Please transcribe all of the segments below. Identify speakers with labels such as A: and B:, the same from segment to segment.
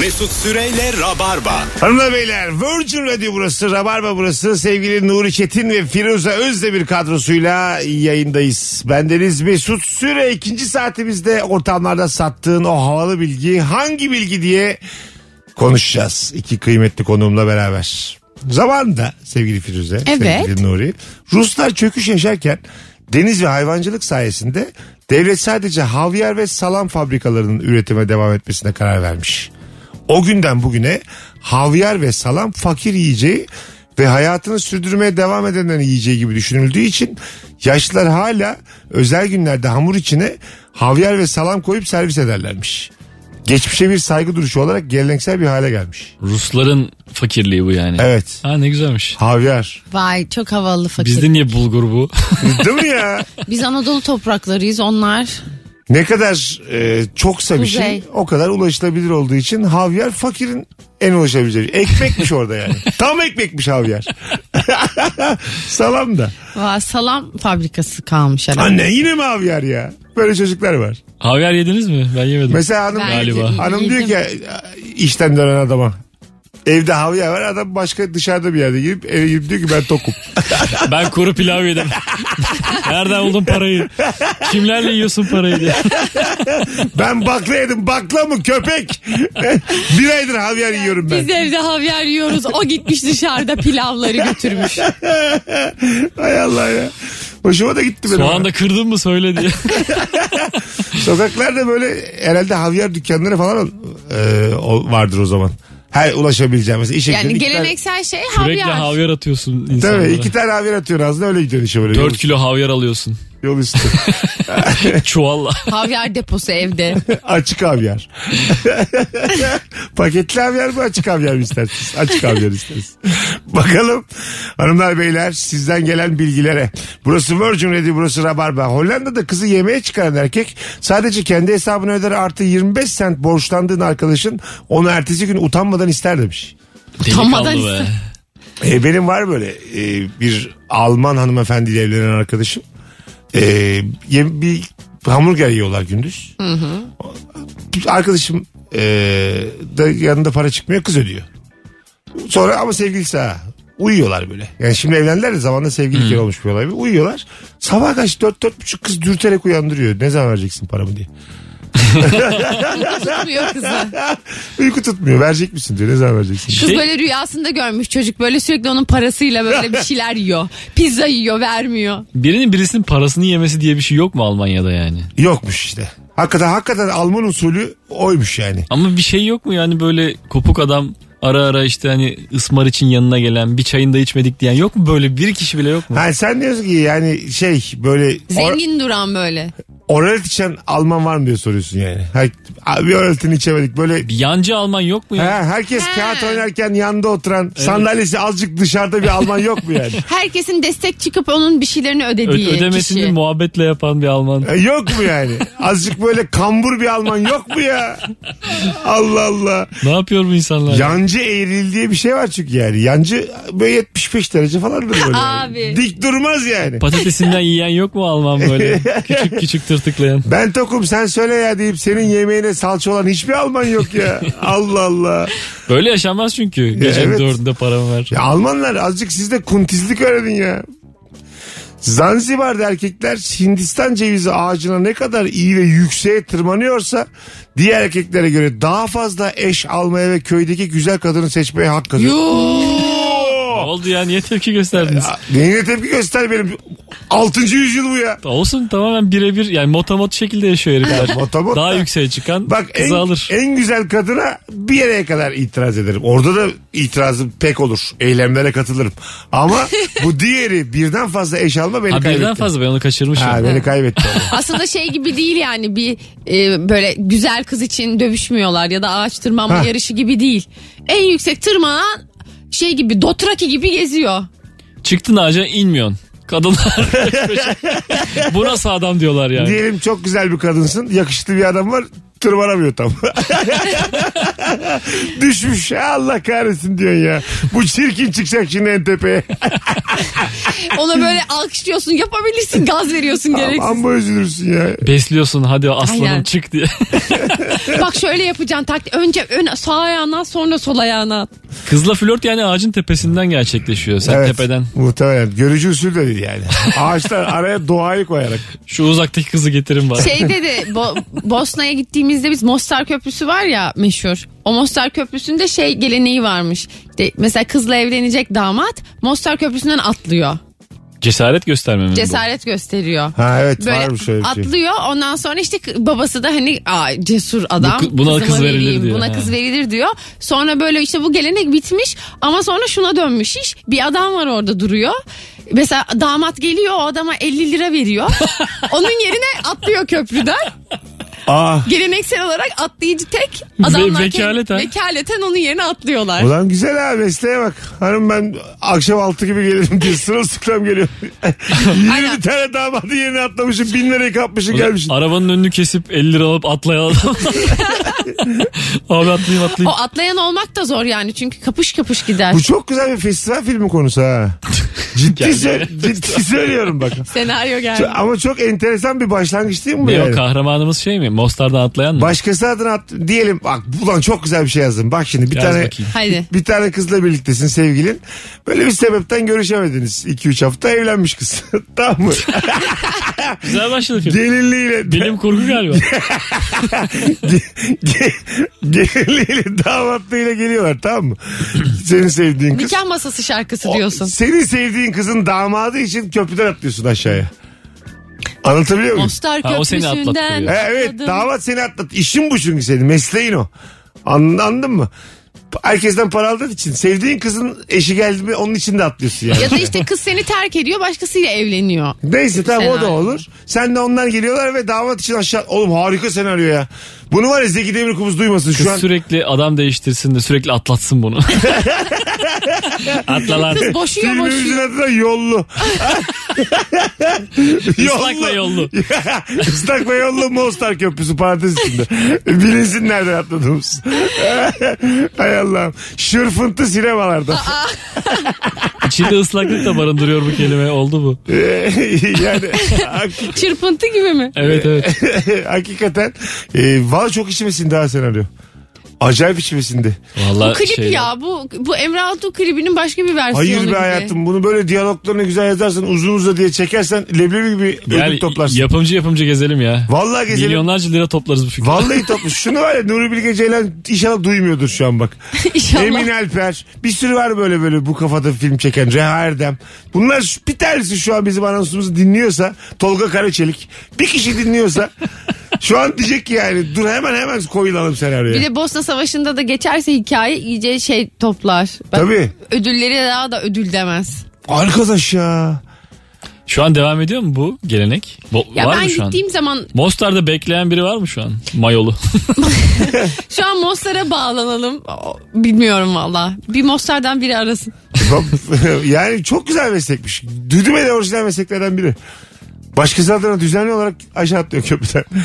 A: Mesut Süreyle Rabarba.
B: Hanımlar beyler Virgin Radio burası, Rabarba burası. Sevgili Nuri Çetin ve Firuze Özde bir kadrosuyla yayındayız. Bendeniz Mesut Süre ikinci saatimizde ortamlarda sattığın o havalı bilgi hangi bilgi diye konuşacağız. İki kıymetli konuğumla beraber. Zamanında sevgili Firuze,
C: Evet.
B: sevgili Nuri. Ruslar çöküş yaşarken deniz ve hayvancılık sayesinde devlet sadece havyar ve salam fabrikalarının üretime devam etmesine karar vermiş. O günden bugüne havyar ve salam fakir yiyeceği ve hayatını sürdürmeye devam edenlerin yiyeceği gibi düşünüldüğü için yaşlılar hala özel günlerde hamur içine havyar ve salam koyup servis ederlermiş. Geçmişe bir saygı duruşu olarak geleneksel bir hale gelmiş.
D: Rusların fakirliği bu yani.
B: Evet.
D: Ha ne güzelmiş.
B: Havyar.
C: Vay çok havalı fakir.
D: Bizde niye bulgur bu?
B: Değil mi ya?
C: Biz Anadolu topraklarıyız onlar.
B: Ne kadar e, çoksa bir şey
C: Kuzey.
B: o kadar ulaşılabilir olduğu için havyar fakirin en ulaşabileceği. şey. Ekmekmiş orada yani. Tam ekmekmiş havyar. Salam da.
C: Vay, salam fabrikası kalmış herhalde.
B: Anne yine mi havyar ya? Böyle çocuklar var.
D: Havyar yediniz mi? Ben yemedim.
B: Mesela hanım,
C: Ben
B: diyor ki-
D: Galiba.
B: hanım diyor ki işten dönen adama. Evde havyar var adam başka dışarıda bir yerde girip eve girip diyor ki ben tokum.
D: Ben kuru pilav yedim. Nereden buldun parayı? Kimlerle yiyorsun parayı diye.
B: Ben bakla yedim bakla mı köpek? bir aydır havyar yiyorum ben.
C: Biz evde havyar yiyoruz. O gitmiş dışarıda pilavları götürmüş.
B: Hay Allah ya. Hoşuma da gitti benim.
D: Soğan da kırdın mı söyle diye.
B: Sokaklarda böyle herhalde havyar dükkanları falan e, o- vardır o zaman. Her ulaşabileceğim. Mesela işe
C: Yani
B: gidiyorsun, iki
C: geleneksel şey
D: Sürekli
C: havyar.
D: havyar atıyorsun
B: Tane,
D: insanlara.
B: tabii iki tane havyar atıyorsun ağzına öyle gidiyorsun işe böyle.
D: 4 kilo havyar alıyorsun.
B: Yol, yol üstü.
D: Çuvalla.
C: Havyar deposu evde.
B: açık havyar. Paketli havyar mı açık havyar mı istersiniz? Açık havyar isteriz. Bakalım hanımlar beyler sizden gelen bilgilere. Burası Virgin Radio burası Rabarba. Hollanda'da kızı yemeğe çıkaran erkek sadece kendi hesabını öder artı 25 cent borçlandığın arkadaşın onu ertesi gün utanmadan ister demiş.
C: Utanmadan-
D: Delikanlı be.
B: E, benim var böyle e, bir Alman hanımefendiyle evlenen arkadaşım. E, yem- bir hamburger yiyorlar gündüz. Arkadaşım e, da yanında para çıkmıyor kız ödüyor. Sonra ama sevgilisi ha. Uyuyorlar böyle. Yani şimdi evlendiler de zamanında sevgiliyken olmuş bir olay. Uyuyorlar. Sabah kaç dört dört buçuk kız dürterek uyandırıyor. Ne zaman vereceksin paramı diye.
C: Tutmuyor kızı.
B: Uyku tutmuyor. Verecek misin diyor. Ne zaman vereceksin?
C: Kız
D: Şey-
C: böyle rüyasında görmüş çocuk. Böyle sürekli onun parasıyla böyle bir şeyler yiyor. Pizza yiyor vermiyor.
D: Birinin birisinin parasını yemesi diye bir şey yok mu Almanya'da yani?
B: Yokmuş işte. Hakikaten hakikaten Alman usulü oymuş yani.
D: Ama bir şey yok mu yani böyle kopuk adam ara ara işte hani ısmar için yanına gelen bir çayını da içmedik diyen yok mu böyle bir kişi bile yok mu?
B: Ha sen diyorsun ki yani şey böyle or-
C: Zengin duran böyle.
B: oralet içen Alman var mı diye soruyorsun yani. Ha, bir oraletini içemedik böyle
D: Bir yancı Alman yok mu
B: ha,
D: ya?
B: herkes
C: Ha.
B: kağıt oynarken yanında oturan sandalyesi azıcık dışarıda bir Alman yok mu yani?
C: Herkesin destek çıkıp onun bir şeylerini
D: Ö-
C: ödediği
D: ödemesini
C: kişi.
D: muhabbetle yapan bir Alman.
B: E, Yok mu yani? Azıcık böyle kambur bir Alman yok mu ya? Allah Allah.
D: ne yapıyor bu insanlar?
B: Yancı eğril diye bir şey var çünkü yani. Yancı böyle 75 derece falandır böyle.
C: Abi.
B: Dik durmaz yani.
D: Patatesinden yiyen yok mu Alman böyle? küçük küçük tırtıklayan.
B: Ben tokum sen söyle ya deyip senin yemeğine salça olan hiçbir Alman yok ya. Allah Allah.
D: Böyle yaşanmaz çünkü. Gece
B: evet.
D: dördünde paramı ver.
B: Ya Almanlar azıcık siz de kuntizlik öğrenin ya. Zanzibar'da erkekler Hindistan cevizi ağacına ne kadar iyi ve yükseğe tırmanıyorsa diğer erkeklere göre daha fazla eş almaya ve köydeki güzel kadını seçmeye hak kazanıyor.
D: Ne oldu ya niye tepki gösterdiniz?
B: Ya, Neyine tepki göster benim. 6. yüzyıl bu ya.
D: Olsun tamamen birebir yani motamot şekilde yaşıyor herifler.
B: motamot
D: Daha
B: da.
D: yükseğe çıkan
B: Bak en,
D: kızı alır.
B: en güzel kadına bir yere kadar itiraz ederim. Orada da itirazım pek olur. Eylemlere katılırım. Ama bu diğeri birden fazla eş alma beni
D: Ha,
B: kaybetti.
D: birden fazla ben onu kaçırmışım.
B: Ha, beni kaybetti.
C: Aslında şey gibi değil yani bir e, böyle güzel kız için dövüşmüyorlar ya da ağaç tırmanma
B: Ha.
C: yarışı gibi değil. En yüksek tırmanan şey gibi Dotraki gibi geziyor.
D: Çıktın ağaca inmiyorsun. Kadınlar Bu nasıl adam diyorlar yani.
B: Diyelim çok güzel bir kadınsın. Yakışıklı bir adam var. tırmanamıyor tam. Düşmüş. Allah kahretsin diyorsun ya. Bu çirkin çıkacak şimdi en tepeye.
C: Ona böyle alkışlıyorsun yapabilirsin gaz veriyorsun gereksiz.
B: Amma üzülürsün ya.
D: Besliyorsun hadi aslanım
C: Aynen.
D: çık diye.
C: Bak şöyle yapacaksın tak önce ön sağ ayağına at, sonra sol ayağına. at.
D: Kızla flört yani ağacın tepesinden gerçekleşiyor. Sen
B: Evet,
D: tepeden
B: Muhtemelen. Görücü usul de değil yani. Ağaçlar araya doğayı koyarak.
D: şu uzaktaki kızı getirin bana.
C: Şey dedi Bo- Bosna'ya gittiğimizde biz Mostar Köprüsü var ya meşhur. O Mostar Köprüsü'nde şey geleneği varmış. De, mesela kızla evlenecek damat Mostar Köprüsü'nden atlıyor.
D: Cesaret göstermem mi
C: Cesaret gösteriyor.
B: Ha evet
C: Böyle
B: varmış öyle bir şey.
C: atlıyor ondan sonra işte k- babası da hani Aa, cesur adam.
D: Bu kı- buna
C: kızıma
D: kız verilir diyor.
C: Buna
D: Ha.
C: kız verilir diyor. Sonra böyle işte bu gelenek bitmiş ama sonra şuna dönmüş iş. Bir adam var orada duruyor. Mesela damat geliyor o adama 50 lira veriyor. Onun yerine atlıyor köprüden.
B: Aa,
C: Geleneksel olarak atlayıcı tek.
D: Ve-
C: Adamlar kendi-
D: vekaleten.
C: vekaleten onun yerine atlıyorlar.
B: ulan güzel ha mesleğe bak. Hanım ben akşam altı gibi gelirim diye sırılsıklam geliyor. 20
C: Aynen.
B: tane damadı yerine atlamışım. Bin lirayı kapmışım
D: bu? Ulan
B: gelmişim.
D: Arabanın önünü kesip 50 lira alıp atlayan adam. Abi atlayayım
C: O
D: atlayayım.
C: atlayan olmak da zor yani çünkü kapış kapış gider.
B: Bu çok güzel bir festival filmi konusu ha. ciddi, sö- ciddi söylüyorum bak.
C: Senaryo geldi.
B: Ço- Ama çok enteresan bir başlangıç değil mi bu
D: Ne o
B: yani?
D: kahramanımız şey mi? Mostar'dan atlayan mı?
B: Başkası adına at- diyelim bak ulan çok güzel bir şey yazdım. Bak şimdi bir
D: Yaz
B: tane
D: bakayım.
C: Haydi.
B: bir tane kızla birliktesin sevgilin. Böyle bir sebepten görüşemediniz. 2-3 hafta evlenmiş kız. tamam mı?
D: Güzel başladı film.
B: Gelinliğiyle
D: Bilim kurgu galiba.
B: Ge- ge- gelinliğiyle damatlığıyla geliyorlar tamam mı? Senin sevdiğin kız.
C: Nikah masası şarkısı
B: O-
C: diyorsun.
B: Senin sevdiğin kızın damadı için köprüden atlıyorsun aşağıya. Anlatabiliyor muyum?
C: Mostar
D: Ha, o seni
C: Köprüsü'nden.
D: atlattırıyor.
B: He, evet
C: atladım.
B: damat seni atlat. İşin bu çünkü senin mesleğin o. An- Anladın mı? Herkesten para aldığın için sevdiğin kızın eşi geldi mi onun için de atlıyorsun yani.
C: Ya da işte kız seni terk ediyor başkasıyla evleniyor.
B: Neyse tamam o da
C: Senaryo.
B: olur. Sen de onlar geliyorlar ve damat için aşağı... Oğlum harika senaryo ya. Bunu var ya Zeki Demirkubuz duymasın şu
D: Kız
B: an.
D: sürekli adam değiştirsin de sürekli atlatsın bunu. Atla lan.
C: Kız boşuyor
B: Filmimizin
C: boşuyor.
B: adı da Yollu.
D: Islak ve yollu.
B: Islak ve yollu Mostar Köprüsü parantez içinde. Bilinsin nereden atladığımız. Hay Allah'ım. Şırfıntı sinemalarda.
D: İçinde ıslaklık da barındırıyor bu kelime. Oldu bu.
B: yani hak-
C: Çırpıntı gibi mi?
D: Evet evet.
B: hakikaten e, valla çok içmesin daha senaryo. Acayip içmesindi.
D: Vallahi
C: Bu klip
D: şey-
C: ya bu bu Emre Altuğ klibinin başka bir versiyonu
B: Hayır be
C: gibi.
B: hayatım bunu böyle diyaloglarını güzel yazarsan uzun uza diye çekersen leblebi gibi
D: Yani
B: ödül toplarsın.
D: yapımcı yapımcı gezelim ya.
B: Vallahi gezelim.
D: Milyonlarca lira toplarız bu fikri.
B: Vallahi toplu. Şunu var ya Nuri Bilge Ceylan inşallah duymuyordur şu an bak.
C: İnşallah.
B: Emin Alper. Bir sürü var böyle böyle bu kafada film çeken. Reha Erdem. Bunlar şu- bir tanesi şu an bizim anonsumuzu dinliyorsa. Tolga Karaçelik. Bir kişi dinliyorsa. şu an diyecek ki yani dur hemen hemen koyulalım senaryoya.
C: Bir de Bosna Savaşı'nda da geçerse hikaye iyice şey toplar. Bak,
B: Tabii.
C: Ödülleri daha da ödül demez.
B: Arkadaş ya.
D: Şu an devam ediyor mu bu gelenek? Bo-
C: Ya
D: var
C: ben
D: mı şu an?
C: gittiğim zaman
D: Mostar'da bekleyen biri var mı şu an? Mayolu.
C: şu an Mostar'a bağlanalım. O- Bilmiyorum valla. Bir Mostar'dan biri arasın.
B: yani çok güzel meslekmiş. Duydum hele orijinal mesleklerden biri. Başkası adına düzenli olarak aşağı atlıyor köprüden.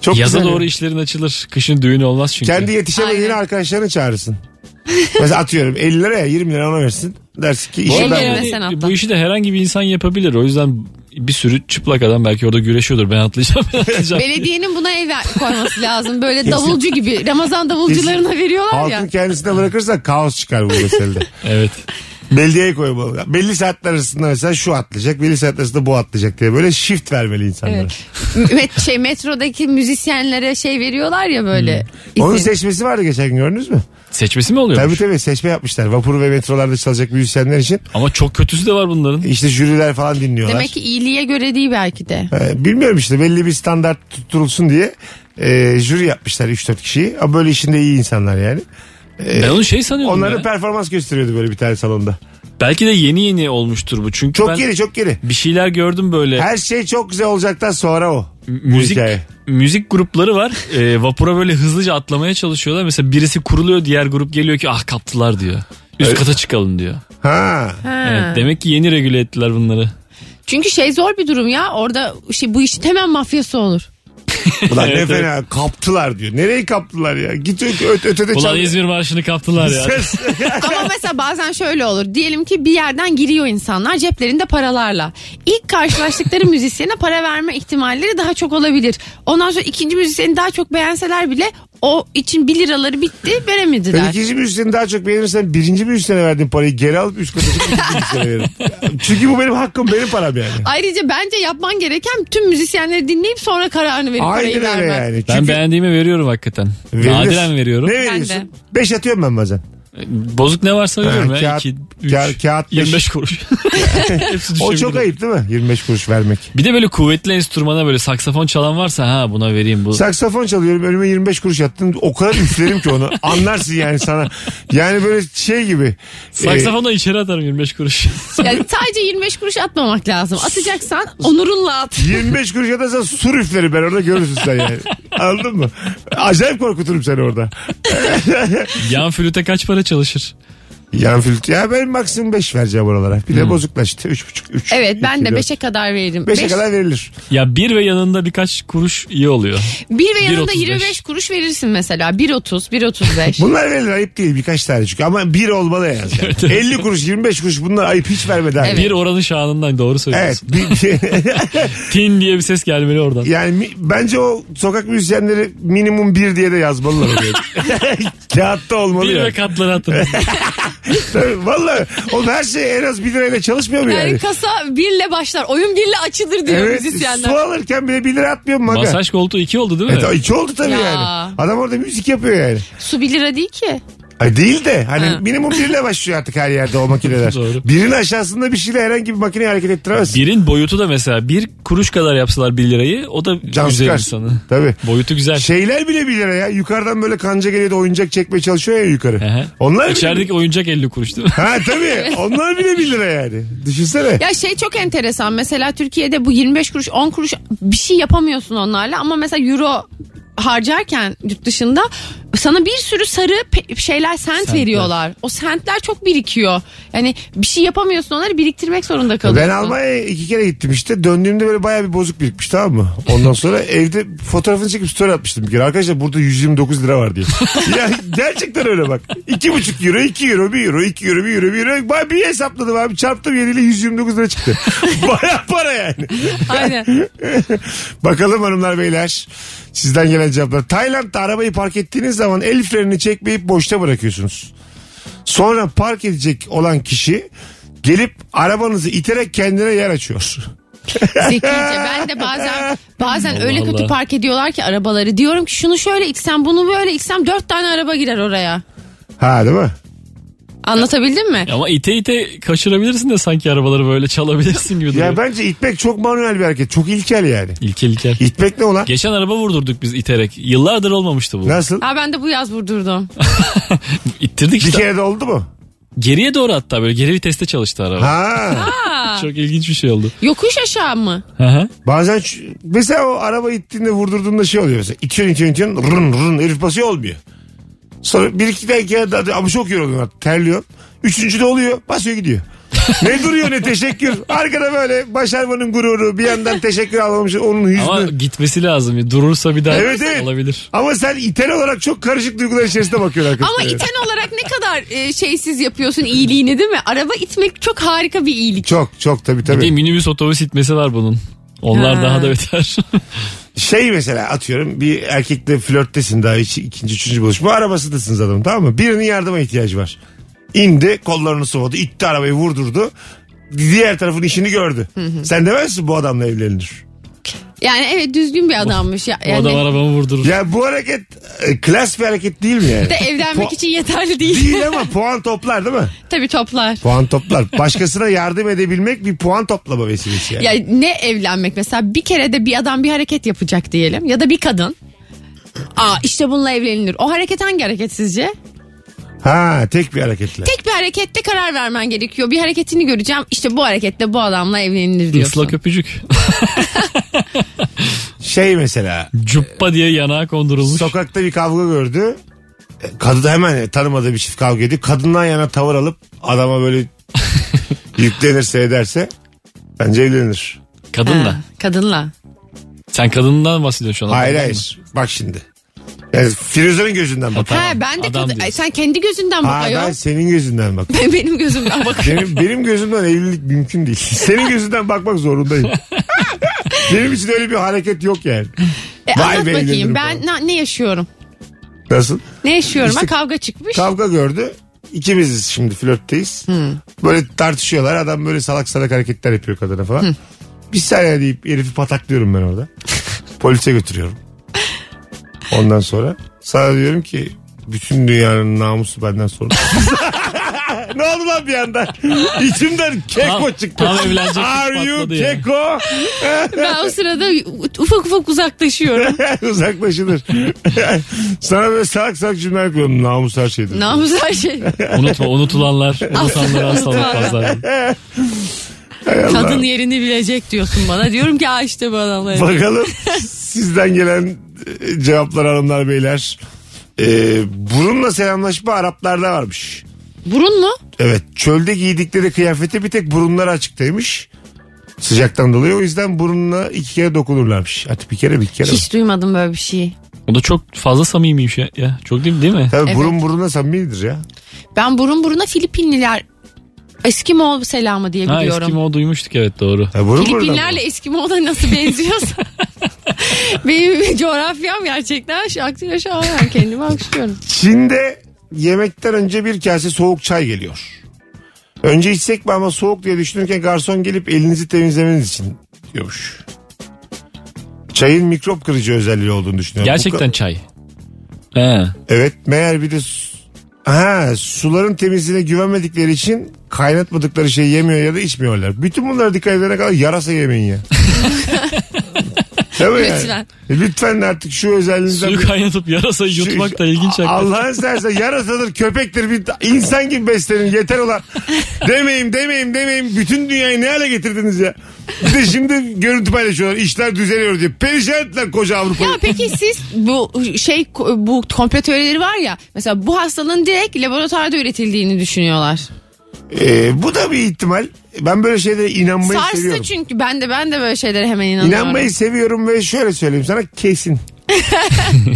B: Çok
D: Yaza
B: güzel.
D: doğru işlerin açılır. Kışın düğünü olmaz çünkü.
B: Kendi yetişemediğini
C: Aynen.
B: arkadaşlarını çağırırsın. Mesela atıyorum 50 liraya 20 lira ona versin. Dersin ki
D: Bu
B: işi
D: arada
C: Ellerine
B: ben
D: yani
C: sen atla.
D: bu işi de herhangi bir insan yapabilir. O yüzden bir sürü çıplak adam belki orada güreşiyordur. Ben atlayacağım ben atlayacağım.
C: Belediyenin buna ev koyması lazım. Böyle davulcu gibi. Ramazan davulcularına veriyorlar
B: Halkın
C: ya.
B: kendisine bırakırsak kaos çıkar bu meselede.
D: evet.
B: Belediyeye koymalı. Belli saatler arasında mesela şu atlayacak, belli saatler arasında bu atlayacak diye böyle shift vermeli insanlara.
C: Evet. Met, şey metrodaki müzisyenlere şey veriyorlar ya böyle. isim.
B: Onun seçmesi vardı geçen gün gördünüz mü?
D: Seçmesi mi oluyor?
B: Tabii tabii seçme yapmışlar. Vapur ve metrolarda çalacak müzisyenler için.
D: Ama çok kötüsü de var bunların.
B: İşte jüriler falan dinliyorlar.
C: Demek ki iyiliğe göre değil belki de.
B: Ee, bilmiyorum işte belli bir standart tutturulsun diye e, jüri yapmışlar 3-4 kişiyi. Ama böyle işinde iyi insanlar yani. Ee,
D: ben onu şey sanıyordum
B: Onların
D: ya.
B: performans gösteriyordu böyle bir tane salonda.
D: Belki de yeni yeni olmuştur bu. Çünkü
B: Çok
D: ben
B: geri çok geri.
D: bir şeyler gördüm böyle.
B: Her şey çok güzel olacaktan sonra o.
D: müzik
B: hikaye.
D: müzik grupları var. Ee, vapura böyle hızlıca atlamaya çalışıyorlar. Mesela birisi kuruluyor, diğer grup geliyor ki ah kaptılar diyor. Üst kata çıkalım diyor.
B: Ha.
C: Ha.
D: Evet, demek ki yeni regüle ettiler bunları.
C: Çünkü şey zor bir durum ya. Orada şey, bu işin hemen mafyası olur.
B: Ulan ne
D: Evet,
B: fena kaptılar diyor. Nereyi kaptılar ya? Git ö- ö- ötede
D: Ulan
B: çal.
D: İzmir Marşı'nı kaptılar ya.
B: Ses.
C: Ama mesela bazen şöyle olur. Diyelim ki bir yerden giriyor insanlar ceplerinde paralarla. İlk karşılaştıkları müzisyene para verme ihtimalleri daha çok olabilir. Ondan sonra ikinci müzisyeni daha çok beğenseler bile o için 1 liraları bitti
B: Ben
C: veremediler.
B: ikinci müzisyeni daha çok beğenirsen birinci müzisyene verdiğim parayı geri alıp üst kata çıkıp ikinci müzisyene veririm. Çünkü bu benim hakkım benim param yani.
C: Ayrıca bence yapman gereken tüm müzisyenleri dinleyip sonra kararını verip
B: Aynen
C: parayı
B: öyle
C: vermen.
B: yani.
D: Ben
B: Çünkü
D: beğendiğimi veriyorum hakikaten.
B: verilir.
D: Nadiren veriyorum. Ee,
B: Ne
C: Ben de.
B: veriyorsun? Beş atıyorum ben bazen.
D: Bozuk ne varsa veriyorum
B: Ha,
D: ya.
B: kağıt-
D: İki, üç,
B: ka- kağıt beş.
D: 25 kuruş. Hepsi
B: O çok
D: düşebilir.
B: ayıp değil mi? 25 kuruş vermek.
D: Bir de böyle kuvvetli enstrümana böyle saksafon çalan varsa ha buna vereyim bu.
B: Saksafon çalıyorum önüme 25 kuruş yattın o kadar üflerim ki onu anlarsın yani sana. Yani böyle şey gibi. e,
D: Saksafonla içeri atarım 25 kuruş.
C: Yani sadece 25 kuruş atmamak lazım. Atacaksan onurunla at.
B: 25 kuruş yatarsan sur üflerim ben orada görürsün sen yani. Anladın mı? Acayip korkuturum seni orada.
D: Yan flüte kaç para çalışır?
B: Yan flüt. Ya ben maksimum 5 vereceğim oralara. Bir de bozuklaştı. 3,5 3.
C: Evet ben de 5'e kadar veririm.
B: 5'e
C: Beş-
B: kadar verilir.
D: Ya bir ve yanında birkaç kuruş iyi oluyor.
C: Bir ve yanında
D: 1.35.
C: 25 kuruş verirsin mesela. 1.30, 1.35.
B: Bunlar verilir ayıp değil birkaç tane çünkü ama 1 olmalı en azından. 50 kuruş 25 kuruş bunlar ayıp hiç vermedi abi.
D: Bir oranın şanından doğru
B: Evet.
D: söylüyorsun.
B: bir-
D: Tin diye bir ses gelmeli oradan.
B: yani mi- bence o sokak müzisyenleri minimum bir diye de yazmalılar. oraya. Kağıtta olmalı.
D: bir
B: ya.
D: ve katları atın.
B: Tabii, Vallahi oğlum her şey en az 1 lirayla çalışmıyor mu yani?
C: Yani kasa birle başlar. Oyun birle açılır diyor
B: evet,
C: müzisyenler.
B: su alırken bile 1 lira atmıyor mu? maga?
D: Masaj koltuğu iki oldu değil mi?
B: Evet, iki oldu tabii
C: Ya.
B: yani. Adam orada müzik yapıyor yani.
C: Su 1 lira değil ki.
B: Ay değil de hani
C: Ha.
B: minimum birle başlıyor artık her yerde o makineler.
D: Doğru.
B: Birinin aşağısında bir şeyle herhangi bir makineyi hareket ettiremezsin.
D: Birin boyutu da mesela bir kuruş kadar yapsalar bir lirayı o da
B: Can sıkar.
D: güzel insanı.
B: Tabii. Şey,
D: Boyutu güzel.
B: Şeyler bile 1 lira ya. Yukarıdan böyle kanca geliyor da oyuncak çekmeye çalışıyor ya yukarı.
D: Ehe.
B: Onlar bile-
D: İçerideki oyuncak 50 kuruş değil mi?
B: Ha tabii. Onlar bile 1 lira yani. Düşünsene.
C: Ya şey çok enteresan. Mesela Türkiye'de bu 25 kuruş 10 kuruş bir şey yapamıyorsun onlarla. Ama mesela euro harcarken yurt dışında sana bir sürü sarı pe- şeyler sent veriyorlar. O sentler çok birikiyor. Yani bir şey yapamıyorsun onları biriktirmek
D: E,
C: zorunda kalıyorsun.
B: Ben Almanya'ya iki kere gittim işte. Döndüğümde böyle bayağı bir bozuk birikmiş tamam mı? Ondan sonra evde fotoğrafını çekip story atmıştım bir kere. Arkadaşlar burada 129 lira var diye. ya gerçekten öyle bak. 2,5 euro, 2 euro, 1 euro, 2 euro, 1 euro, 1 euro. Bayağı bir hesapladım abi. Çarptım yeriyle 129 lira çıktı. bayağı para yani.
C: Aynen.
B: Bakalım hanımlar beyler. Sizden gelen cevaplar. Tayland'da arabayı park ettiğiniz zaman el frenini çekmeyip boşta bırakıyorsunuz. Sonra park edecek olan kişi gelip arabanızı iterek kendine yer açıyor.
C: Zekice. Ben de bazen bazen öyle
D: Allah.
C: kötü park ediyorlar ki arabaları. Diyorum ki şunu şöyle içsem bunu böyle içsem dört tane araba girer oraya.
B: Ha değil mi?
C: Anlatabildim mi?
D: Ama ite ite kaçırabilirsin de sanki arabaları böyle çalabilirsin gibi duruyor.
B: Ya bence itmek çok manuel bir hareket. Çok ilkel yani.
D: İlkel ilkel.
B: İtmek ne ulan?
D: Geçen araba vurdurduk biz iterek. Yıllardır olmamıştı bu.
B: Nasıl?
C: Ha ben de bu yaz vurdurdum.
D: İttirdik
B: Bir
D: işte.
B: kere de oldu mu?
D: Geriye doğru hatta böyle geri viteste çalıştı araba.
B: Ha.
C: Aa,
D: Çok ilginç bir şey oldu.
C: yokuş aşağı mı?
D: Hı hı.
B: Bazen şu- mesela o araba ittiğinde vurdurduğunda şey oluyor mesela. İtiyorsun itiyorsun itiyorsun rın rın herif basıyor olmuyor. Sonra bir iki dakika daha ama çok yoruldun artık terliyorsun. Üçüncü de oluyor basıyor gidiyor. ne duruyor ne teşekkür. Arkada böyle başarmanın gururu bir yandan teşekkür almamış onun hüznü.
D: Ama
B: Ama,
D: gitmesi lazım. Durursa bir daha
B: Evet, evet.
D: olabilir.
B: sen iten olarak çok karışık duygular içerisinde bakıyorsun arkadaşlar.
C: Ama iten olarak ne kadar e, şeysiz yapıyorsun iyiliğini değil mi? Araba itmek çok harika bir iyilik.
B: Çok çok tabii
D: Bir de
B: tabii.
D: minibüs otobüs itmesi var bunun. Onlar
C: Ha.
D: daha da beter.
B: Şey mesela atıyorum bir erkekle flörttesin daha iki- ikinci üçüncü buluşma arabasındasınız adam tamam mı? Birinin yardıma ihtiyacı var. İndi kollarını sıvadı itti arabayı vurdurdu. Diğer tarafın işini gördü. Sen demez misin bu adamla evlenir?
C: Yani evet düzgün bir adammış. Ya,
D: o
C: yani
D: adam arabamı vurdurur.
B: Ya bu hareket e, klas bir hareket değil mi yani?
C: de evlenmek
B: Po-
C: için yeterli değil.
B: Değil ama puan toplar değil mi?
C: Tabii toplar.
B: Puan toplar. Başkasına yardım edebilmek bir puan toplama vesilesi yani.
C: Ya ne evlenmek mesela bir kere de bir adam bir hareket yapacak diyelim ya da bir kadın. Aa işte bununla evlenilir. O hareket hangi hareket sizce?
B: Ha tek bir hareketle.
C: Tek bir harekette karar vermen gerekiyor. Bir hareketini göreceğim. İşte bu hareketle bu adamla evlenilir diyorsun.
D: Islak öpücük.
B: Şey mesela
D: Cuppa diye yanağa kondurulmuş.
B: Sokakta bir kavga gördü. E, Kadın hemen tanımadığı bir çift kavga ediyor. Kadından yana tavır alıp adama böyle yüklenirse ederse bence evlenir.
D: Kadın
C: Ha,
D: da.
C: Kadınla.
D: Sen kadından bahsediyorsun şu an.
B: Hayır
D: Adamdan
B: hayır. Bak şimdi. Yani Firuze'nin gözünden bak.
D: Tamam,
C: ha ben de
D: adam
C: kadın-
D: diyorsun.
C: Ay, sen kendi gözünden bak
B: Ha
C: ayol.
B: ben senin gözünden bak.
C: Ben benim gözümden bakıyorum.
B: Benim, benim gözümden evlilik mümkün değil. Senin gözünden bakmak zorundayım. benim için öyle bir hareket yok yani.
C: E,
B: Vay
C: anlat
B: be, eğlenirim
C: bakayım
B: falan.
C: ben na- ne yaşıyorum?
B: Nasıl?
C: Ne yaşıyorum?
B: İşte
C: ha, kavga çıkmış.
B: Kavga gördü. İkimiziz şimdi flörtteyiz. Böyle tartışıyorlar. Adam böyle salak salak hareketler yapıyor kadına falan. Bir saniye deyip herifi pataklıyorum ben orada. Polise götürüyorum. Ondan sonra sana diyorum ki bütün dünyanın namusu benden sorumlu. ne oldu lan bir anda? İçimden keko
D: Tam-
B: çıktı.
D: tam evlenecektik
B: Are you
D: patladı ya.
B: keko?
C: ben o sırada ufak ufak uzaklaşıyorum.
B: Uzaklaşılır. sana böyle salak salak cümleler kuruyorum. Namus her şeydir.
C: Namus her şey.
D: Unutma unutulanlar. Unutanlara hastalık
C: Unutulanlar.
D: pazar.
C: Kadın yerini bilecek diyorsun bana. Diyorum ki ha işte bu adamlar.
B: Bakalım sizden gelen e, cevaplar hanımlar beyler. Ee, burunla selamlaşma Araplarda varmış.
C: Burun mu?
B: Evet çölde giydikleri kıyafete bir tek burunları açıktaymış. Sıcaktan dolayı o yüzden burunla iki kere dokunurlarmış. Artık bir kere bir kere. mi?
C: Hiç duymadım böyle bir şeyi.
D: O da çok fazla samimiymiş ya. ya. Çok değil, değil mi?
B: Tabii
C: Evet.
B: burun buruna samimidir ya.
C: Ben burun buruna Filipinliler Eskimo selamı diye
D: Ha
C: biliyorum.
D: Eskimo duymuştuk evet doğru.
B: ya burun buruna
C: Filipinlerle Eskimo da nasıl benziyorsa. Benim coğrafyam gerçekten şaktı şahane kendimi alkışlıyorum.
B: Çin'de yemekten önce bir kase soğuk çay geliyor. Önce içsek mi ama soğuk diye düşünürken garson gelip elinizi temizlemeniz için diyormuş. Çayın mikrop kırıcı özelliği olduğunu düşünüyorum. Bu
D: Gerçekten
B: ka-
D: çay. He.
B: evet meğer bir de su- ha, suların temizliğine güvenmedikleri için kaynatmadıkları şeyi yemiyor ya da içmiyorlar. Bütün bunlara dikkat edene kadar yarasa yemeyin ya. Değil mi yani?
C: Lütfen.
B: E, Lütfen artık şu özelliğinizden
D: Suyu
B: bir-
D: kaynatıp yarasayı
B: şu-
D: yutmak da ilginç hakikaten.
B: Allah'ın sersen yarasadır köpektir bir insan gibi beslenin yeter ulan. demeyim demeyim demeyim bütün dünyayı ne hale getirdiniz ya. Bir de şimdi görüntü paylaşıyorlar işler düzeliyor diye. Perişan ettiler koca Avrupa'yı.
C: Ya peki siz bu şey bu komplo teorileri var ya mesela bu hastalığın direkt laboratuvarda üretildiğini düşünüyorlar.
B: Ee, bu da bir ihtimal. Ben böyle şeylere inanmayı
C: Sarstı
B: seviyorum.
C: çünkü ben de ben de böyle şeylere hemen inanıyorum.
B: İnanmayı seviyorum ve şöyle söyleyeyim sana kesin.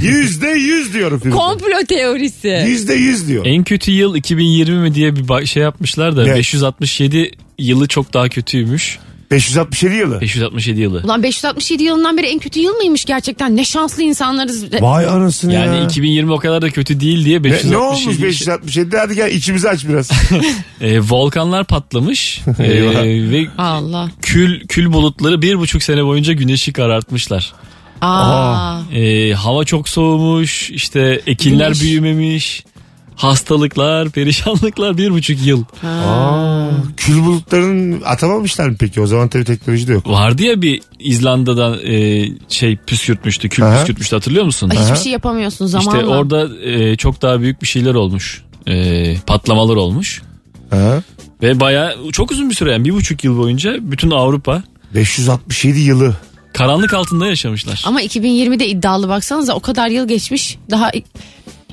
B: Yüzde yüz diyorum. Firuze.
C: Komplo teorisi.
B: Yüzde yüz diyor.
D: En kötü yıl 2020 mi diye bir ba- şey yapmışlar da
B: Evet.
D: 567 yılı çok daha kötüymüş.
B: 567 yılı.
D: E- 567 yılı.
C: Ulan 567 yılından beri en kötü yıl mıymış gerçekten? Ne şanslı insanlarız.
B: Vay anasını
D: Yani
B: ya.
D: 2020 o kadar da kötü değil diye
B: Ne,
D: 567.
B: ne olmuş
D: şey-
B: 567? Hadi gel içimizi aç biraz.
D: Ee, volkanlar patlamış Ee,
B: Eyvah.
D: ve
C: Allah.
D: kül kül bulutları bir buçuk sene boyunca güneşi karartmışlar.
C: Aa.
D: Ee, hava çok soğumuş, işte ekinler
C: Güneş.
D: büyümemiş, hastalıklar, perişanlıklar bir buçuk yıl.
B: Aa, kül bulutlarının atamamışlar mı peki? O zaman tabii teknoloji de yok.
D: Vardı ya bir İzlanda'dan e, şey püskürtmüştü, kül
B: Aha.
D: püskürtmüştü hatırlıyor musun?
C: Hiçbir şey yapamıyorsun zamanla.
D: İşte orada e, çok daha büyük bir şeyler olmuş. E, patlamalar olmuş.
B: Ha?
D: Ve bayağı çok uzun bir süre yani bir buçuk yıl boyunca bütün Avrupa
B: 567 yılı.
D: karanlık altında yaşamışlar.
C: Ama 2020'de iddialı baksanıza o kadar yıl geçmiş. Daha i-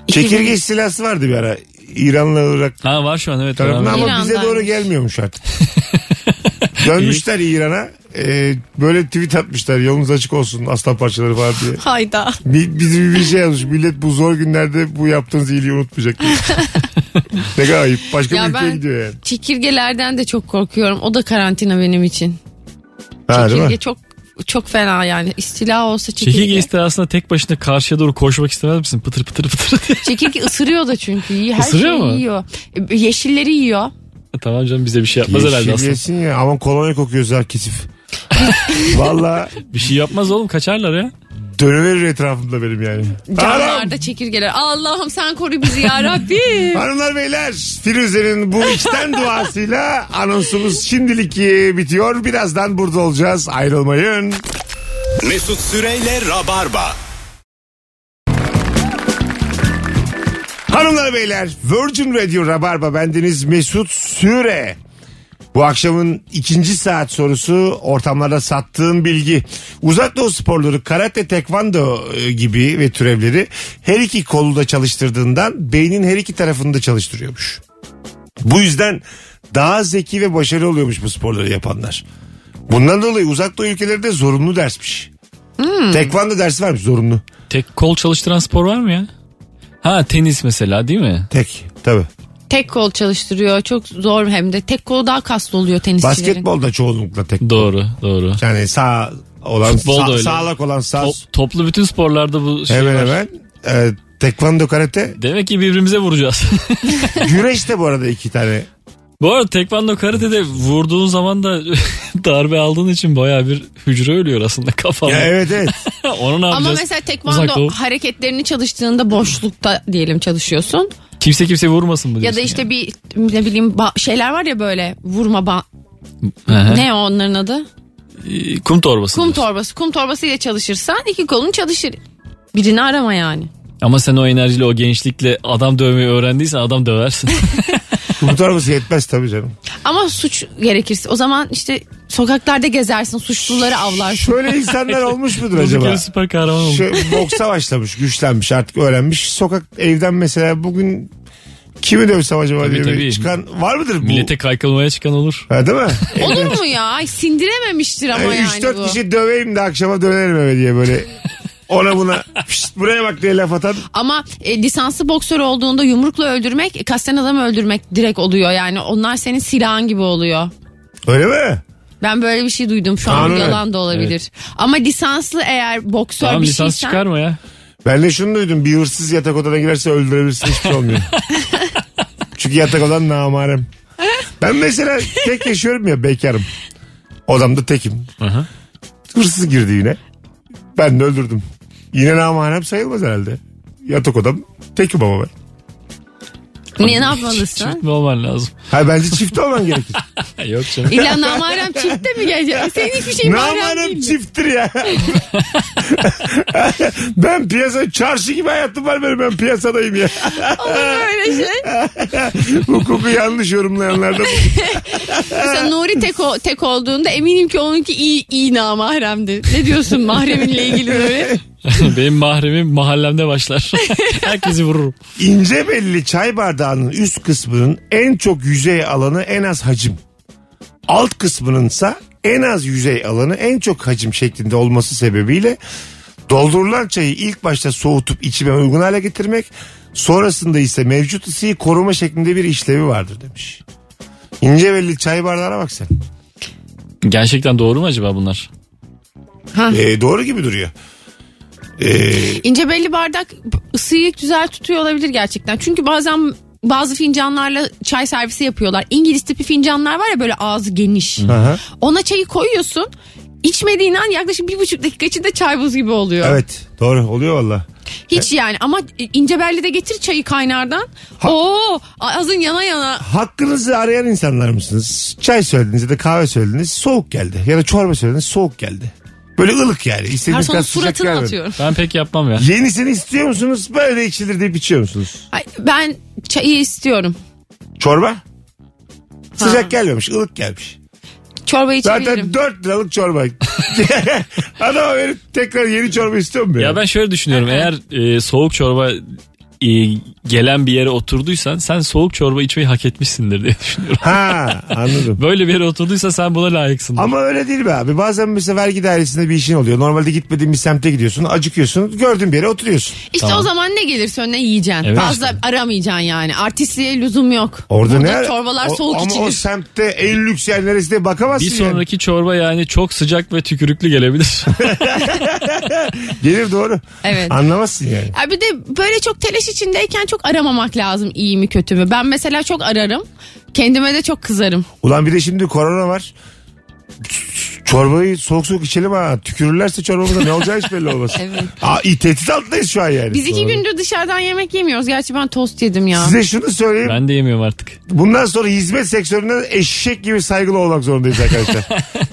B: Çekirge
C: 2000
B: istilası vardı bir ara. İran'la Irak
D: Ha var şu an evet.
B: tarafına
D: beraber.
B: ama bize doğru
C: İran'daymış.
B: gelmiyormuş artık. Dönmüşler İran'a. Ee, böyle tweet atmışlar. Yolunuz açık olsun aslan parçaları falan diye.
C: Hayda.
B: Bi- Biz bir, bir şey yazmış. Millet bu zor günlerde bu yaptığınız iyiliği unutmayacak. diye. ne kadar ayıp. Başka
C: Ya
B: bir ülkeye
C: ben-
B: gidiyor yani.
C: Çekirgelerden de çok korkuyorum. O da karantina benim için.
B: Ha, değil mi?
C: Çekirge çok çok fena yani. İstila olsa çekirge.
D: Çekirge
C: Çekirge,
D: istilasında tek başına karşıya doğru koşmak istemez misin? Pıtır pıtır pıtır. diye.
C: ısırıyor da çünkü. Yiyor, Her
D: Isırıyor
C: şeyi
D: mu?
C: yiyor. E, Yeşilleri yiyor.
D: tamam canım bize bir şey yapmaz herhalde
B: Yeşil
D: aslında.
B: yesin ya. Aman kolonya kokuyoruz kesif. Valla
D: Bir şey yapmaz oğlum kaçarlar ya.
B: dönüverir etrafımda benim yani. Anam!
C: Canlarda çekirgeler. Allah'ım sen koru bizi ya Rabbim.
B: Hanımlar beyler Firuze'nin bu içten duasıyla anonsumuz şimdilik e, bitiyor. Birazdan burada olacağız ayrılmayın.
A: Mesut Süreyle Rabarba.
B: Hanımlar beyler Virgin Radio Rabarba bendeniz Mesut Süre. Bu akşamın ikinci saat sorusu ortamlarda sattığım bilgi. Uzak doğu sporları karate, tekvando e, gibi ve türevleri her iki kolu da çalıştırdığından beynin her iki tarafını da çalıştırıyormuş. Bu yüzden daha zeki ve başarılı oluyormuş bu sporları yapanlar. Bundan dolayı uzak doğu ülkeleri de zorunlu dersmiş. Tekvando dersi varmış zorunlu.
D: Tek kol çalıştıran spor var mı ya? Ha tenis mesela değil mi?
B: Tek tabii.
C: Tek kol çalıştırıyor. Çok zor hem de. Tek kolu daha kaslı oluyor tenisçilerin.
B: Basketbolda çoğunlukla tek.
D: Doğru doğru.
B: Yani sağ olan
D: Futbol da
B: sağ,
D: öyle.
B: sağlak olan sağ. şey
D: Top- toplu bütün sporlarda bu şey
B: hemen
D: var.
B: hemen. Ee, tekvando karate.
D: Demek ki birbirimize vuracağız.
B: Güreş de bu arada iki tane.
D: bu arada tekvando karate'de vurduğun zaman da darbe aldığın için baya bir hücre ölüyor aslında kafanda.
B: Ya evet evet.
D: Onu ne yapacağız?
C: Ama mesela
D: Uzak
C: tekvando
D: doğu.
C: hareketlerini çalıştığında boşlukta diyelim çalışıyorsun.
D: Kimse kimseye vurmasın mı
C: Ya da
D: diyorsun
C: işte
D: yani?
C: bir ne bileyim ba- şeyler var ya böyle vurma ba-
D: Aha.
C: ne onların adı?
D: Ee, Kum torbası.
C: Kum
D: diyorsun.
C: torbası. Kum torbası ile çalışırsan iki kolun çalışır. Birini arama yani.
D: Ama sen o enerjiyle o gençlikle adam dövmeyi öğrendiysen adam döversin.
B: Kurtarması yetmez tabii canım.
C: Ama suç gerekirse o zaman işte sokaklarda gezersin suçluları avlarsın.
B: Şöyle insanlar olmuş mudur
D: Durduk
B: acaba?
D: yere süper kahraman olmuş.
B: Şey, boksa başlamış, güçlenmiş, artık öğrenmiş. Sokak evden mesela bugün kimi dövsem acaba
D: Tabii,
B: diye bir
D: tabii.
B: çıkan var mıdır bu?
D: Millete kaykılmaya çıkan olur.
B: Ha, değil mi?
C: Olur mu ya? Ay, Sindirememiştir ama yani
B: 3-4
C: bu.
B: E, kişi döveyim de akşama dönerim eve diye böyle ona buna "Pişt, buraya bak diye laf atan
C: Ama e, lisanslı boksör olduğunda yumrukla öldürmek, e, kasten adamı öldürmek direkt oluyor. Yani onlar senin silahın gibi oluyor.
B: öyle mi?
C: Ben böyle bir şey duydum. Şu an
B: Kanun.
C: yalan da olabilir. Ama lisanslı eğer boksör
D: Tamam
C: bir şey
D: lisans
C: şeysen
D: çıkarma ya.
B: Ben de şunu duydum bir hırsız yatak odana girerse öldürebilirsin hiçbir şey olmuyor. Çünkü yatak odan namarem. Ben mesela tek yaşıyorum ya bekarım. Odamda tekim.
D: Aha.
B: Hırsız girdi yine. Ben de öldürdüm. Yine namarem sayılmaz herhalde. Yatak odam tekim ama ben.
C: ne, ne
D: Çift
C: yapmalısın?
D: mi olman lazım?
B: Ha, bence çift olman gerekir.
D: Yok canım.
C: İlla namarem çiftte mi gelecek? Senin hiçbir şeyin mahrem değil
B: namarem
C: mi?
B: çifttir ya. ben piyasa çarşı gibi hayatım var benim ben piyasadayım ya.
C: Olur mu öyle şey?
B: Hukuku yanlış yorumlayanlar da bu.
C: Mesela Nuri tek, o- tek olduğunda eminim ki onunki iyi, iyi namahremdi. Ne diyorsun mahreminle ilgili böyle?
D: Benim mahremim mahallemde başlar. Herkesi vururum.
B: İnce belli çay bardağının üst kısmının en çok yüzey alanı en az hacim. Alt kısmınınsa en az yüzey alanı en çok hacim şeklinde olması sebebiyle doldurulan çayı ilk başta soğutup içime uygun hale getirmek sonrasında ise mevcut ısıyı koruma şeklinde bir işlevi vardır demiş. İnce belli çay bardağına bak sen.
D: Gerçekten doğru mu acaba bunlar?
B: Ee, doğru gibi duruyor. Ee,
C: İnce belli bardak ısıyı güzel tutuyor olabilir gerçekten. Çünkü bazen bazı fincanlarla çay servisi yapıyorlar. İngiliz tipi fincanlar var ya böyle ağzı geniş.
B: aha.
C: Ona çayı koyuyorsun. İçmediğin an yaklaşık bir buçuk dakika içinde çay buz gibi oluyor.
B: evet doğru oluyor valla.
C: Hiç yani ama ince belli de getir çayı kaynardan. Oo ağzın yana yana.
B: hakkınızı arayan insanlar mısınız? Çay söylediniz ya da kahve söylediniz soğuk geldi. Ya da çorba söylediniz soğuk geldi. Böyle ılık yani. İstediğiniz
C: Garsonun
B: kadar sıcak
C: suratını
B: gelmedi.
C: atıyorum.
D: Ben pek yapmam ya.
B: Yenisini istiyor musunuz? Böyle içilir deyip içiyor musunuz?
C: Ay, ben çayı istiyorum.
B: Çorba? Sıcak gelmemiş, ılık gelmiş.
C: Çorba içebilirim.
B: Zaten 4 liralık çorba. Adama verip tekrar yeni çorba istiyor mu?
D: Ya ben şöyle düşünüyorum. Eğer e, soğuk çorba e, gelen bir yere oturduysan sen soğuk çorba içmeyi hak etmişsindir diye düşünüyorum.
B: Ha anladım.
D: Böyle bir yere oturduysa sen buna layıksın.
B: Ama öyle değil be abi. Bazen mesela vergi dairesinde bir işin oluyor. Normalde gitmediğin bir semte gidiyorsun. Acıkıyorsun. Gördüğün bir yere oturuyorsun.
C: İşte
D: Tamam.
C: o zaman ne gelirse önüne yiyeceksin.
D: Evet.
C: Fazla aramayacaksın yani. Artistliğe lüzum yok.
B: Orada
C: Burada
B: ne?
C: çorbalar
B: O-
C: soğuk
B: ama
C: içilir.
B: o semtte en lüks yer neresi diye bakamazsın.
D: bir
B: yani.
D: sonraki çorba yani çok sıcak ve tükürüklü gelebilir.
B: Gelir doğru.
C: Evet.
B: Anlamazsın yani.
C: Ay bir de böyle çok telaş içindeyken çok aramamak lazım iyi mi kötü mü. Ben mesela çok ararım. Kendime de çok kızarım.
B: Ulan bir de şimdi korona var. Çorbayı soğuk soğuk içelim ha. Tükürürlerse çorbamıza ne olacağı hiç belli olmaz.
C: Evet.
B: Aa, iyi, tehdit altındayız şu an yani.
C: Biz iki gündür dışarıdan yemek yemiyoruz. Gerçi ben tost yedim ya.
B: Size şunu söyleyeyim.
D: ben de yemiyorum artık.
B: Bundan sonra hizmet sektöründen eşek gibi saygılı olmak zorundayız arkadaşlar.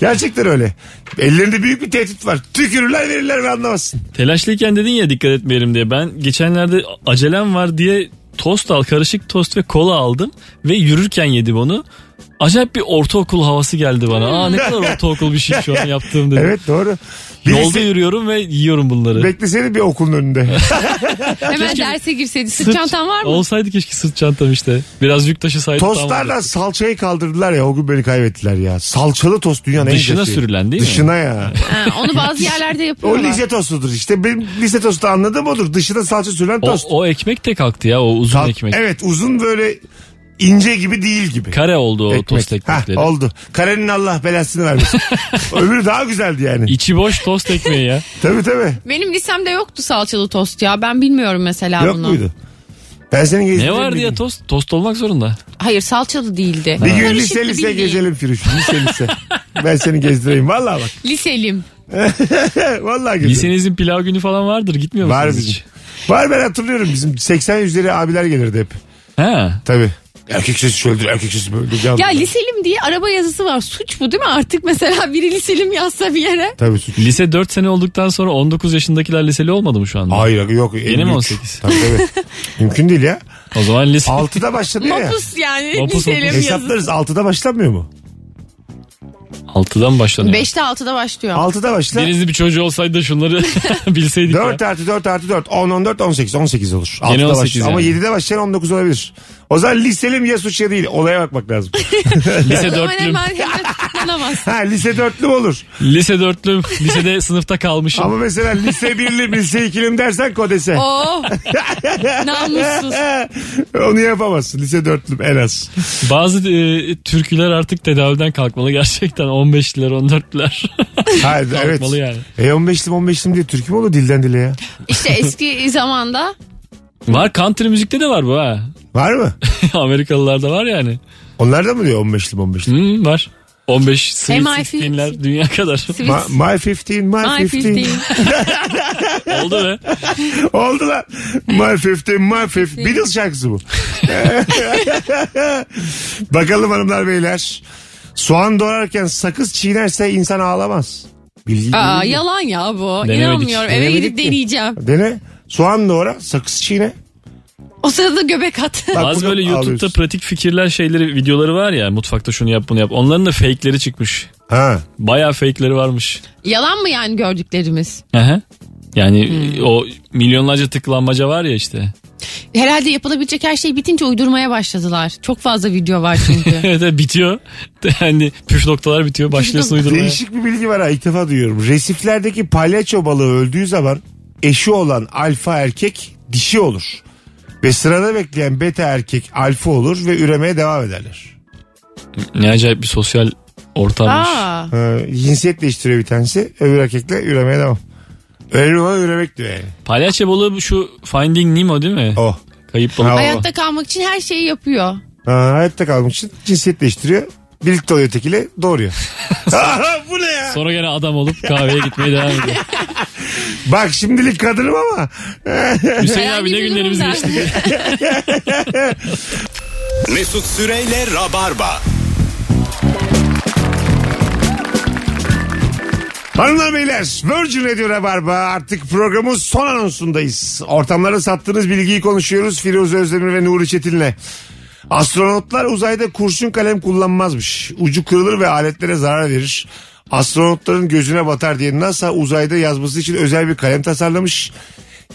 B: Gerçekten öyle. Ellerinde büyük bir tehdit var. Tükürürler verirler ve anlamazsın.
D: Telaşlıyken dedin ya dikkat etmeyelim diye. Ben geçenlerde acelem var diye tost al karışık tost ve kola aldım ve yürürken yedim onu. acayip bir ortaokul havası geldi bana. Aa ne kadar ortaokul bir şey şu an yaptığım dedim.
B: Evet doğru. Birisi,
D: Yolda yürüyorum ve yiyorum bunları.
B: Bekle seni bir okulun önünde.
C: Hemen
D: Keşke-
C: derse girseydi. Sırt,
D: Sırt-
C: çantan var mı?
D: Olsaydı keşke sırt çantam işte. Biraz yük taşısaydı. tam
B: Tostlarla
D: olarak.
B: salçayı kaldırdılar ya o gün beni kaybettiler ya. Salçalı tost dünyanın en
D: Dışına
B: kötü.
D: sürülen değil mi?
B: Dışına ya.
C: Ha, onu bazı yerlerde
B: O
C: yapıyorlar.
B: lise tostudur işte. Benim lise tostu anladığım odur. Dışına salça sürülen
D: O,
B: tost.
D: o ekmek de kalktı ya o uzun
B: Sal-
D: ekmek.
B: Evet uzun böyle ince gibi değil gibi.
D: Kare oldu o
B: Ekmek.
D: tost
B: Hah,
D: ekmekleri.
B: oldu. Karenin Allah belasını vermesin. Öbürü daha güzeldi yani.
D: İçi boş tost ekmeği ya.
B: Tabii tabii.
C: Benim lisemde yoktu salçalı tost ya. Ben bilmiyorum mesela
B: Yok
C: bunu.
B: muydu? Ben seni gezdireyim.
D: ne vardı
B: bir
D: ya
B: gün.
D: tost? Tost olmak zorunda.
C: Hayır salçalı değildi.
B: Bir gün
C: Karışıktı
B: lise lise
C: bildiğin.
B: gezelim Firuş. Lise lise. ben seni gezdireyim. Vallahi bak.
C: Liselim.
B: Vallahi gezdireyim.
D: Lisenizin pilav günü falan vardır gitmiyor musunuz
B: Var bizim.
D: hiç?
B: Var ben hatırlıyorum bizim 80 yüzleri abiler gelirdi hep.
D: Ha.
B: Tabii. Erkek sesi şöyledir, erkek sesi böyledir.
C: Ya
B: Yalnız.
C: liselim diye araba yazısı var. Suç bu değil mi? Artık mesela biri liselim yazsa bir yere.
B: Tabii suç.
D: Lise 4 sene olduktan sonra 19 yaşındakiler liseli olmadı mı şu anda?
B: Hayır yok.
D: Yeni
B: 53.
D: mi 18?
B: Tabii tabii. Mümkün değil ya.
D: O zaman lise...
B: 6'da başladı ya.
C: Mopus yani
D: Mopus,
C: liselim
D: mopus.
C: yazısı.
B: Hesaplarız 6'da başlamıyor mu?
D: 6'dan başlanıyor.
C: 5'te 6'da başlıyor.
B: 6'da başla.
D: Denizli bir çocuğu olsaydı da şunları bilseydik ya.
B: 4 artı 4 artı 4 10 14 18 18 olur.
D: Yine
B: 6'da
D: 18
B: başlıyor. Ama
D: yani.
B: 7'de başlayan 19 olabilir. O zaman liselim ya suç ya değil. Olaya bakmak lazım.
D: Lise
C: O zaman
D: dörtlüm.
C: hemen hemen tutuklanamaz.
B: ha lise dörtlü mü olur?
D: Lise dörtlüm. Lisede sınıfta kalmışım.
B: Ama mesela lise birlim lise ikilim dersen kodese.
C: Oo. Oh. Namussuz.
B: Onu yapamazsın. Lise dörtlüm en az.
D: Bazı e, türküler artık tedaviden kalkmalı gerçekten. 15'liler 14'lüler.
B: Hayır, evet.
D: Kalkmalı yani.
B: E 15'lim 15'lim diye türkü mü olur dilden dile ya?
C: İşte eski zamanda
D: var country müzikte de var bu ha.
B: Var mı?
D: Amerikalılarda var yani.
B: Onlar da mı diyor 15'lim 15'lim?
D: Hı, var. 15 Sweet
C: MI
D: 16'ler dünya kadar.
B: Ma- my 15, my,
C: My
B: 15.
C: 15.
D: Oldu be.
B: Oldu lan. My 15, my 15. Beatles şarkısı bu. Bakalım hanımlar beyler. Soğan doğrarken sakız çiğnerse insan ağlamaz. Bilgi,
C: Aa, yalan ya bu.
D: Denemedik.
C: İnanmıyorum. Eve
B: Denemedik
C: gidip
B: mi?
C: deneyeceğim.
B: Dene. Soğan doğra, sakız çiğne.
C: O sırada göbek at.
B: Bak
D: Az
B: bunu
D: böyle YouTube'da
B: ağlıyorsun.
D: pratik fikirler şeyleri videoları var ya mutfakta şunu yap bunu yap. Onların da fake'leri çıkmış.
B: Ha.
D: Bayağı fake'leri varmış.
C: yalan mı yani gördüklerimiz?
D: Aha. Yani o milyonlarca tıklanmaca var ya işte.
C: Herhalde yapılabilecek her şey bitince uydurmaya başladılar. Çok fazla video var çünkü.
D: Evet evet, bitiyor. Yani püf noktalar bitiyor. Başlıyorsun uydurmaya.
B: Değişik bir bilgi var ha ilk defa duyuyorum. Resiflerdeki palyaço balığı öldüğü zaman eşi olan alfa erkek dişi olur. Ve sırada bekleyen beta erkek alfa olur ve üremeye devam ederler.
D: Ne acayip bir sosyal ortammış.
C: Aa,
B: Ee, cinsiyet değiştiriyor bir tanesi öbür erkekle üremeye devam. Öyle olan üremek diyor yani.
D: Palyaço balığı şu Finding Nemo değil mi?
B: O.
D: Kayıp balık.
B: Ha, o.
C: hayatta kalmak için her şeyi yapıyor.
B: Ha, Ee, hayatta kalmak için cinsiyet değiştiriyor. Birlikte oluyor tekiyle doğuruyor. Aha, bu ne ya?
D: Sonra gene adam olup kahveye gitmeye devam ediyor.
B: Bak şimdilik kadınım ama.
D: Hüseyin
C: Herhangi
D: abi ne
C: bir
D: günlerimiz
C: durumda.
D: geçti.
A: Mesut Süreyle Rabarba.
B: Hanımlar beyler Virgin Radio Rabarba artık programın son anonsundayız. Ortamlara sattığınız bilgiyi konuşuyoruz Firuze Özdemir ve Nuri Çetin'le. Astronotlar uzayda kurşun kalem kullanmazmış. Ucu kırılır ve aletlere zarar verir. Astronotların gözüne batar diye NASA uzayda yazması için özel bir kalem tasarlamış.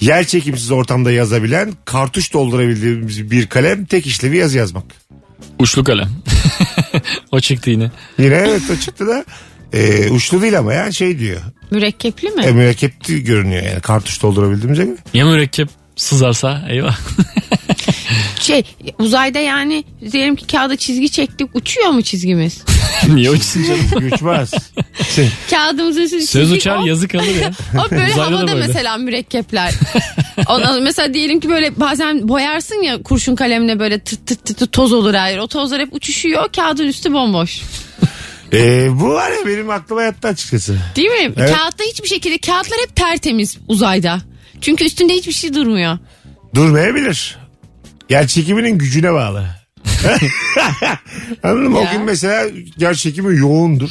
B: Yer çekimsiz ortamda yazabilen, kartuş doldurabildiğimiz bir kalem tek işlevi yazı yazmak.
D: Uçlu kalem. o çıktı yine.
B: Yine evet o çıktı da e, uçlu değil ama ya şey diyor.
C: Mürekkepli mi?
B: E, mürekkepli görünüyor yani kartuş doldurabildiğimize göre.
D: Ya mürekkep sızarsa eyvah.
C: Şey uzayda yani diyelim ki kağıda çizgi çektik uçuyor mu çizgimiz?
D: Niye uçsun canım?
B: Göçmez.
C: Kağıdımızın üstüne
D: Söz
C: çizdik,
D: uçar
C: hop,
D: yazı kalır ya.
C: Hop böyle
D: Uzayda da
C: havada
D: böyle.
C: mesela mürekkepler. Ona, mesela diyelim ki böyle bazen boyarsın ya kurşun kalemle böyle tırt tırt tırt toz olur her yer. O tozlar hep uçuşuyor kağıdın üstü bomboş.
B: E, bu var ya benim aklıma yattı açıkçası.
C: Değil mi?
B: Evet.
C: Kağıtta hiçbir şekilde kağıtlar hep tertemiz uzayda. Çünkü üstünde hiçbir şey durmuyor.
B: Durmayabilir. Yer çekiminin gücüne bağlı. Anladın mı? O
C: Ya.
B: gün mesela gerçekimi yoğundur.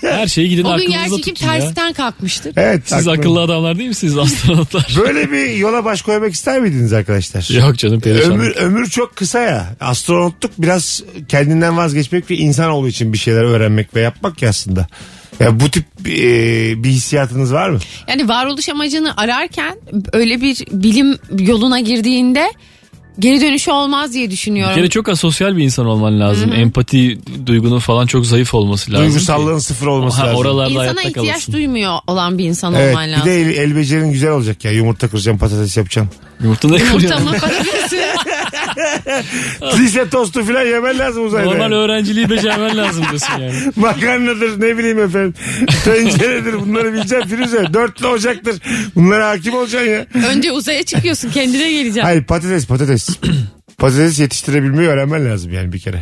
D: Her şeyi gidin
C: O gün
D: aklınıza
C: yer çekip
D: tutun ya.
C: tersten kalkmıştır.
B: Evet.
D: Siz
B: aklım-
D: akıllı adamlar değil misiniz astronotlar?
B: Böyle bir yola baş koymak ister miydiniz arkadaşlar?
D: Yok canım perişan.
B: Ömür, ömür çok kısa ya. Astronotluk biraz kendinden vazgeçmek ve insan olduğu için bir şeyler öğrenmek ve yapmak ya aslında. Ya bu tip e, bir hissiyatınız var mı?
C: Yani varoluş amacını ararken öyle bir bilim yoluna girdiğinde geri dönüşü olmaz diye
D: Bir
C: düşünüyorum.
D: kere çok asosyal bir insan olman lazım. Empati duygunun falan çok zayıf olması lazım.
B: Duygusallığın sıfır olması
D: Ha,
B: lazım.
D: oralarda
C: İnsana
D: hayatta
C: ihtiyaç
D: kalırsın.
C: duymuyor olan bir insan
B: Evet,
C: olman
B: bir de
C: lazım.
B: el, el becerin güzel olacak ya. Yumurta kıracaksın, patates yapacaksın.
D: Yumurta ne kırıyor?
C: Ortamı bakıyorsun.
B: Lise tostu falan yemen lazım uzayda.
D: Normal
B: yani.
D: öğrenciliği becermen lazım diyorsun yani.
B: Makarnadır ne bileyim efendim. Tenceredir bunları bileceksin Firuze. Dörtlü ocaktır. Bunlara hakim olacaksın ya.
C: Önce uzaya çıkıyorsun kendine geleceksin.
B: Hayır patates patates. patates yetiştirebilmeyi öğrenmen lazım yani bir kere.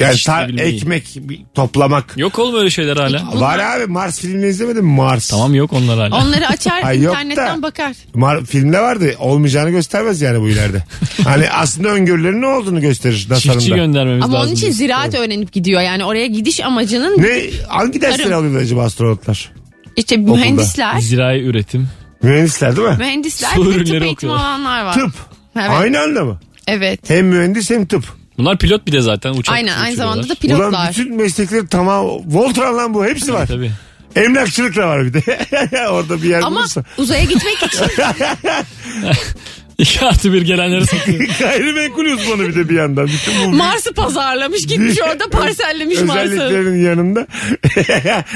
B: Yani ta,
D: Yetiştirebilmeyi.
B: ekmek bir toplamak.
D: Yok oğlum öyle şeyler hala.
B: Var abi Mars filmini izlemedin mi Mars?
D: Tamam yok onlar hala.
C: Onları açar
B: Ay, yok da.
C: internetten bakar.
B: Mar- filmde vardı olmayacağını göstermez yani bu ileride. hani aslında öngörülerin ne olduğunu gösterir NASA'nın
D: Çiftçi
B: da.
D: göndermemiz
C: Ama
D: lazım.
C: onun için
D: diyorsun.
C: ziraat öğrenip gidiyor. Yani oraya gidiş amacının
B: Ne hangi dersleri
C: Tarım.
B: alıyorlar acaba astronotlar?
C: işte mühendisler,
D: Zirai üretim.
B: Mühendisler değil mi?
C: mühendisler
D: Su
C: ve tıp
D: ürünleri
C: eğitimi
D: okuyorlar.
C: alanlar var.
B: Tıp.
C: Evet.
B: Aynı anda mı?
C: Evet.
B: Hem mühendis hem tıp.
D: Bunlar pilot bir de zaten uçak
C: Aynen aynı
D: uçuruyorlar.
C: zamanda da
B: Ulan
C: pilotlar.
B: bütün meslekleri tamam. Voltran lan bu hepsi var.
D: Tabii.
B: Emlakçılık da var bir de. Orada bir yer
C: Ama
B: bulursa.
C: uzaya gitmek için
D: İki artı bir gelenleri satıyor.
B: Gayrimenkul uzmanı bir de bir yandan. Bütün bu
C: Mars'ı pazarlamış gitmiş orada parsellemiş Mars'ı.
B: özelliklerin yanında.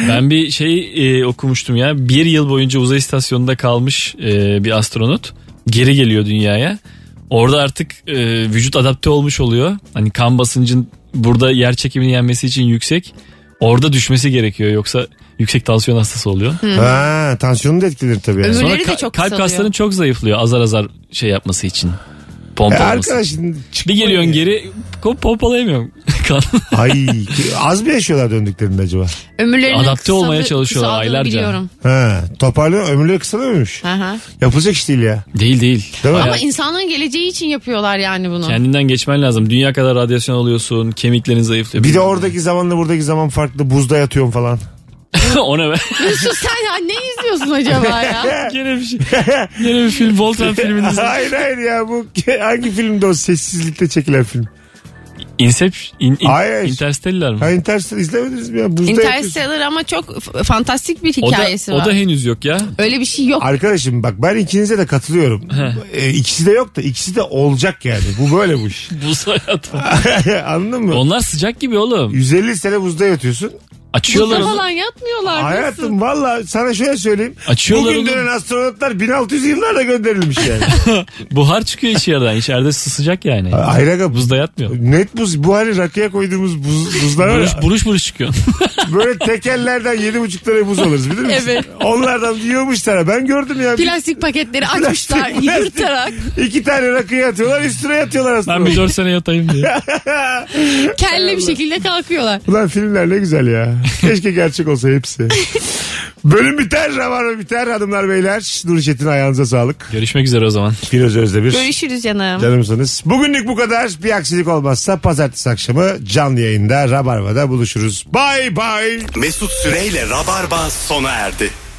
D: ben bir şey e, okumuştum ya. Bir yıl boyunca uzay istasyonunda kalmış e, bir astronot. Geri geliyor dünyaya. Orada artık e, vücut adapte olmuş oluyor. Hani kan basıncın burada yer çekimini yenmesi için yüksek. Orada düşmesi gerekiyor. Yoksa yüksek tansiyon hastası oluyor.
B: ha, tansiyonu da etkileri tabii. yani.
C: Ömür-
D: Sonra
C: Ömürleri de
D: ka-
C: çok
D: kalp
C: kısalıyor.
D: kaslarını çok zayıflıyor azar azar şey yapması için.
B: E,
D: Pompalaması.
B: arkadaş şimdi
D: bir
B: çıkmayın
D: geliyorsun
B: ya.
D: geri kom- pompalayamıyorum. Kan-
B: Ay az mı yaşıyorlar döndüklerinde acaba?
C: Ömürlerinin
D: Adapte
C: kısalı-
D: olmaya çalışıyorlar
C: kısaldığını
D: aylarca.
C: Biliyorum.
B: Ha, toparlıyor ömürleri kısalıyormuş.
C: Hı hı.
B: Yapılacak iş değil ya.
D: değil değil.
B: Değil mi?
D: Hayat-
C: Ama insanlığın geleceği için yapıyorlar yani bunu.
D: Kendinden geçmen lazım. Dünya kadar radyasyon alıyorsun. Kemiklerin zayıflıyor.
B: Bir de oradaki zamanla buradaki zaman farklı. Buzda yatıyorum falan.
D: Ona be.
C: Mesut sen ya ne izliyorsun acaba ya?
D: Gene bir şey. Gene bir film. Voltran filmini izledim.
B: hayır hayır ya bu hangi filmde o sessizlikte çekilen film?
D: Inception. In, in,
B: Hayır.
D: Interstellar mı?
B: Ha Interstellar izlemediniz mi ya? Buzda yatıyorsun.
C: Interstellar ama çok f- fantastik bir
D: O da,
C: hikayesi
D: o
C: var.
D: da henüz yok ya.
C: Öyle bir şey yok.
B: Arkadaşım bak ben ikinize de katılıyorum. e, ikisi de yok da ikisi de olacak yani. Bu böyle bu iş.
D: Buz hayatı.
B: Anladın mı?
D: Onlar sıcak gibi oğlum.
B: 150 sene buzda yatıyorsun.
D: Açıyorlar
C: Buzda
D: onu.
C: falan yatmıyorlar. Nasıl?
B: Hayatım valla sana şöyle söyleyeyim.
D: Açıyorlar
B: Bugün
D: onu.
B: dönen astronotlar 1600 yıllarda gönderilmiş yani.
D: Buhar çıkıyor içeriden. İçeride sı- sıcak yani.
B: Hayır aga buz.
D: Buzda yatmıyor.
B: Net buz. Bu hani rakıya koyduğumuz buz, buzlar var
D: Buruş
B: ya.
D: buruş, buruş çıkıyor.
B: Böyle tekellerden 7,5 liraya buz alırız bilir misin?
C: Evet.
B: Onlardan yiyormuşlar. Ben gördüm ya. Bir-
C: Plastik paketleri açmışlar
B: Plastik, plastik.
C: yırtarak.
B: İki tane rakıya atıyorlar üstüne yatıyorlar
D: Ben
B: astronot.
D: bir 4 sene yatayım diye.
C: Kelle bir şekilde kalkıyorlar.
B: Ulan filmler ne güzel ya. Keşke gerçek olsa hepsi. Bölüm biter, rabarba biter hanımlar beyler. Nuri Çetin ayağınıza sağlık.
D: Görüşmek üzere o zaman.
B: Firoz Özdemir.
C: Görüşürüz canım.
B: Canımsınız. Bugünlük bu kadar. Bir aksilik olmazsa pazartesi akşamı canlı yayında Rabarba'da buluşuruz. Bay bay.
A: Mesut Süreyle Rabarba sona erdi.